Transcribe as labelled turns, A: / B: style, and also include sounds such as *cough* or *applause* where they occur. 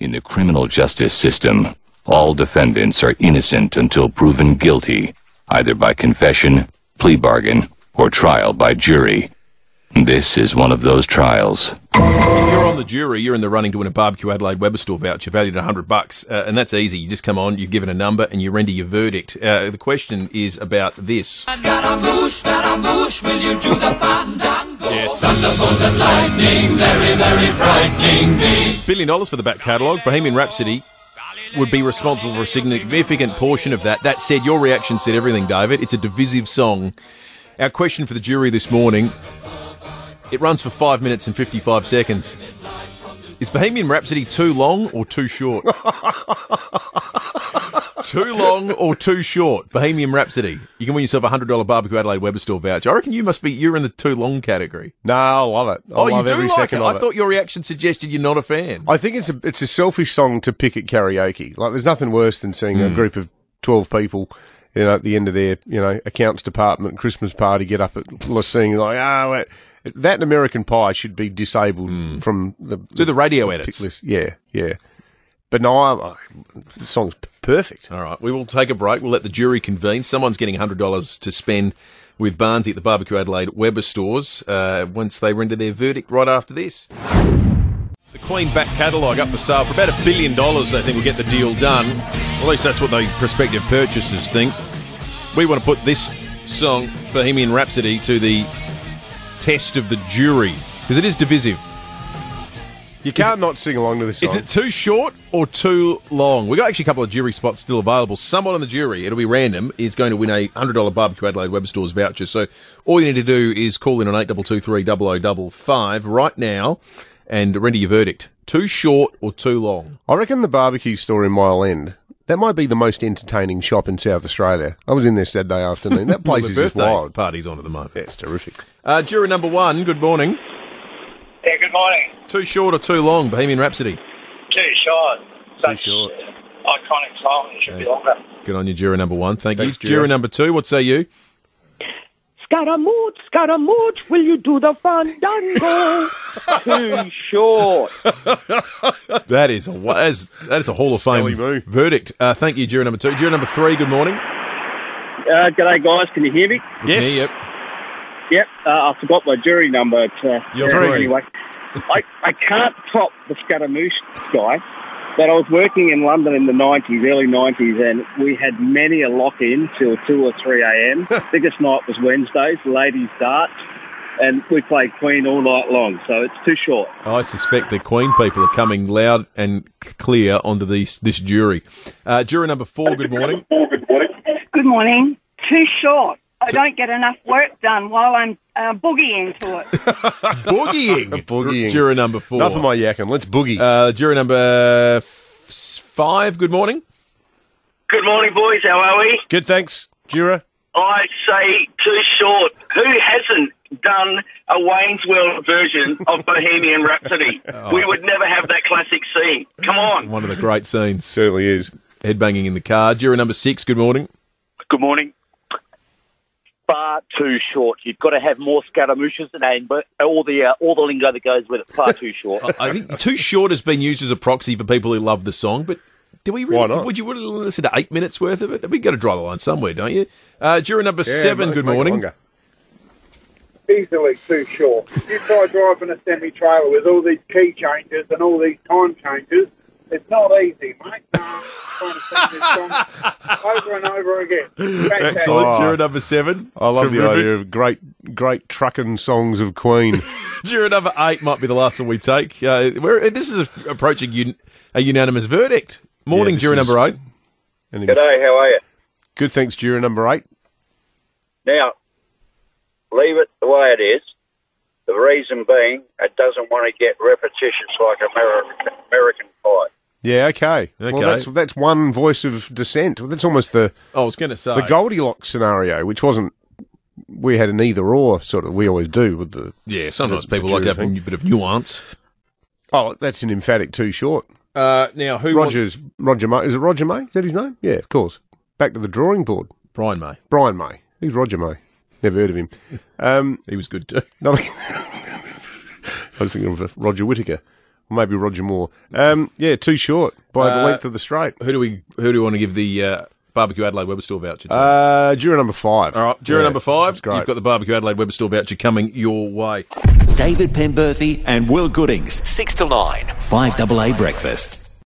A: In the criminal justice system, all defendants are innocent until proven guilty, either by confession, plea bargain, or trial by jury. This is one of those trials.
B: If you're on the jury, you're in the running to win a barbecue Adelaide Weber store voucher valued at 100 bucks, uh, and that's easy. You just come on, you're given a number, and you render your verdict. Uh, the question is about this.
C: Scaramouche, Scaramouche, will you do the fandango? Yes. Thunderbolts and lightning, very, very frightening me.
B: Billion dollars for the back catalogue. Bohemian Rhapsody would be responsible for a significant portion of that. That said, your reaction said everything, David. It's a divisive song. Our question for the jury this morning it runs for 5 minutes and 55 seconds. Is Bohemian Rhapsody too long or too
D: *laughs*
B: short? too long or too short? Bohemian Rhapsody. You can win yourself a $100 barbecue Adelaide Weber store voucher. I reckon you must be, you're in the too long category.
D: No, I love it. I
B: oh, you
D: love
B: do
D: every
B: like
D: second
B: it.
D: of
B: I thought your reaction suggested you're not a fan.
D: I think it's a it's a selfish song to pick at karaoke. Like, there's nothing worse than seeing
B: Hmm.
D: a group of twelve people, you know, at the end of their you know accounts department Christmas party get up at let's sing like oh wait." that and American Pie should be disabled
B: Hmm.
D: from the
B: Do the radio
D: pick
B: edits.
D: list. Yeah, yeah. But no, I, I- the song's p- perfect.
B: All right, we will take a break. We'll let the jury convene. Someone's getting $100 to spend with Barnsley at the Barbecue Adelaide Weber stores uh, once they render their verdict right after this. The Queen back catalogue up for sale for about a billion dollars, they think, will get the deal done. At least that's what the prospective purchasers think. We want to put this song, Bohemian Rhapsody, to the test of the jury because it is divisive.
D: You can't not sing along to this song.
B: Is it too short or too long? We've got actually a couple of jury spots still available. Someone on the jury, it'll be random, is going to win a $100 barbecue Adelaide Web Stores voucher. So all you need to do is call in on 8223 0055 oh, right now and render your verdict. Too short or too long?
D: I reckon the barbecue store in Mile End. That might be the most entertaining shop in South Australia. I was in there Saturday
B: *laughs*
D: afternoon. That place
B: The
D: is just
B: birthday
D: wild.
B: party's on at the moment.
D: Yeah, it's terrific.
B: Uh, jury number one, good morning.
E: Yeah, good morning.
B: Too short or too long, Bohemian Rhapsody?
E: Too short.
B: Too short.
E: Iconic song. It should be longer.
B: Good on you, jury number one. Thank
D: Thanks,
B: you.
D: jury.
B: jury number two, what say you?
F: Scaramouche, Scaramouche, will you do the fandango?
E: *laughs* Too short.
B: That is a that is, that is a Hall of Fame
D: Smelly moo.
B: verdict. Uh, thank you, jury number two. Jury number three. Good morning.
E: Uh, g'day, guys. Can you hear me?
B: With
D: Yes.
B: me, yep.
E: Yep. Uh, I forgot my jury number. It's, uh,
B: You're
E: yeah,
B: free.
E: Anyway, I, I can't top the Scaramouche guy, but I was working in London in the 90s, early 90s, and we had many a lock-in till 2 or 3 a.m.
B: *laughs*
E: Biggest night was Wednesdays, ladies' darts, and we played Queen all night long, so it's too short.
B: I suspect the Queen people are coming loud and c- clear onto these, this jury. Uh, jury number four. Good morning.
G: Good morning. Too short. I don't get enough work done while I'm uh, boogieing to it.
B: *laughs* Boogieing.
D: *laughs* Boogieing.
B: Jury number four.
D: Enough of my yakking. Let's boogie.
B: uh, jury number f- five. Good morning.
H: Good morning, boys. How are we?
D: Good, thanks, Jura.
H: I say too short. Who hasn't done a Wayne's World version of Bohemian Rhapsody? We would never have that classic scene. Come on.
B: One of the great scenes.
D: Certainly is.
B: Headbanging in the car. Jury number six. Good morning.
I: Good morning. Far too short. You've got to have more Scaramouches than and but all the uh, all the lingo that goes with it. Far too
H: *laughs*
I: short.
B: I think too short has been used as a proxy for people who love the song, but. Do we really,
D: Why not?
B: Would you really listen to eight minutes worth of it? We've got to draw the line somewhere, don't you? Uh, jury number
D: Yeah,
B: seven,
D: make-
B: good
D: make it
B: morning.
D: longer.
J: easily too short. You try driving a semi trailer with all these key changes and all these time changes, it's not easy, mate. No, trying to sing this song over and over again. Fantastic.
B: Excellent.
D: Oh.
B: Jury number seven.
D: I love the
B: Terrific.
D: idea of great, great trucking songs of *laughs* Queen.
B: Jury number eight might be the last one we take. Uh, we're, this is approaching un, a unanimous verdict. Morning,
D: Yeah, this
B: jury
D: is-
B: number eight.
D: And if-
H: G'day. How are you?
D: Good, thanks, Jura number eight.
H: Now, leave it the way it is. The reason being, it doesn't want to get repetitious like American, American Pie.
D: Yeah, okay.
B: Okay.
D: Well, that's that's one voice of dissent. Well, That's almost the
B: I was going to say.
D: the Goldilocks scenario, which wasn't. We had an either or sort of. We always do with the.
B: yeah, sometimes
D: the- the
B: people like to
D: jury
B: have
D: thing.
B: a bit of nuance.
D: Oh, that's an emphatic too short.
B: Uh, now, who wants-
D: Rogers, Roger May. Is it Roger May? Is that his name? Yeah, of course. Back to the drawing board.
B: Brian May.
D: Brian May. Who's Roger May? Never heard of him. Um,
B: He was good too.
D: *laughs* Another- I was thinking of Roger Whittaker. Maybe Roger Moore. Um, yeah, too short by the
B: Uh,
D: length of the straight.
B: Who do we who do we want to give the uh, barbecue Adelaide Weber store voucher to?
D: Uh, juror number five.
B: All right, juror
D: Yeah,
B: number five.
D: great.
B: You've got the barbecue Adelaide Weber store voucher coming your way.
H: David Penberthy and Will Goodings, 6 to 9, 5AA Breakfast.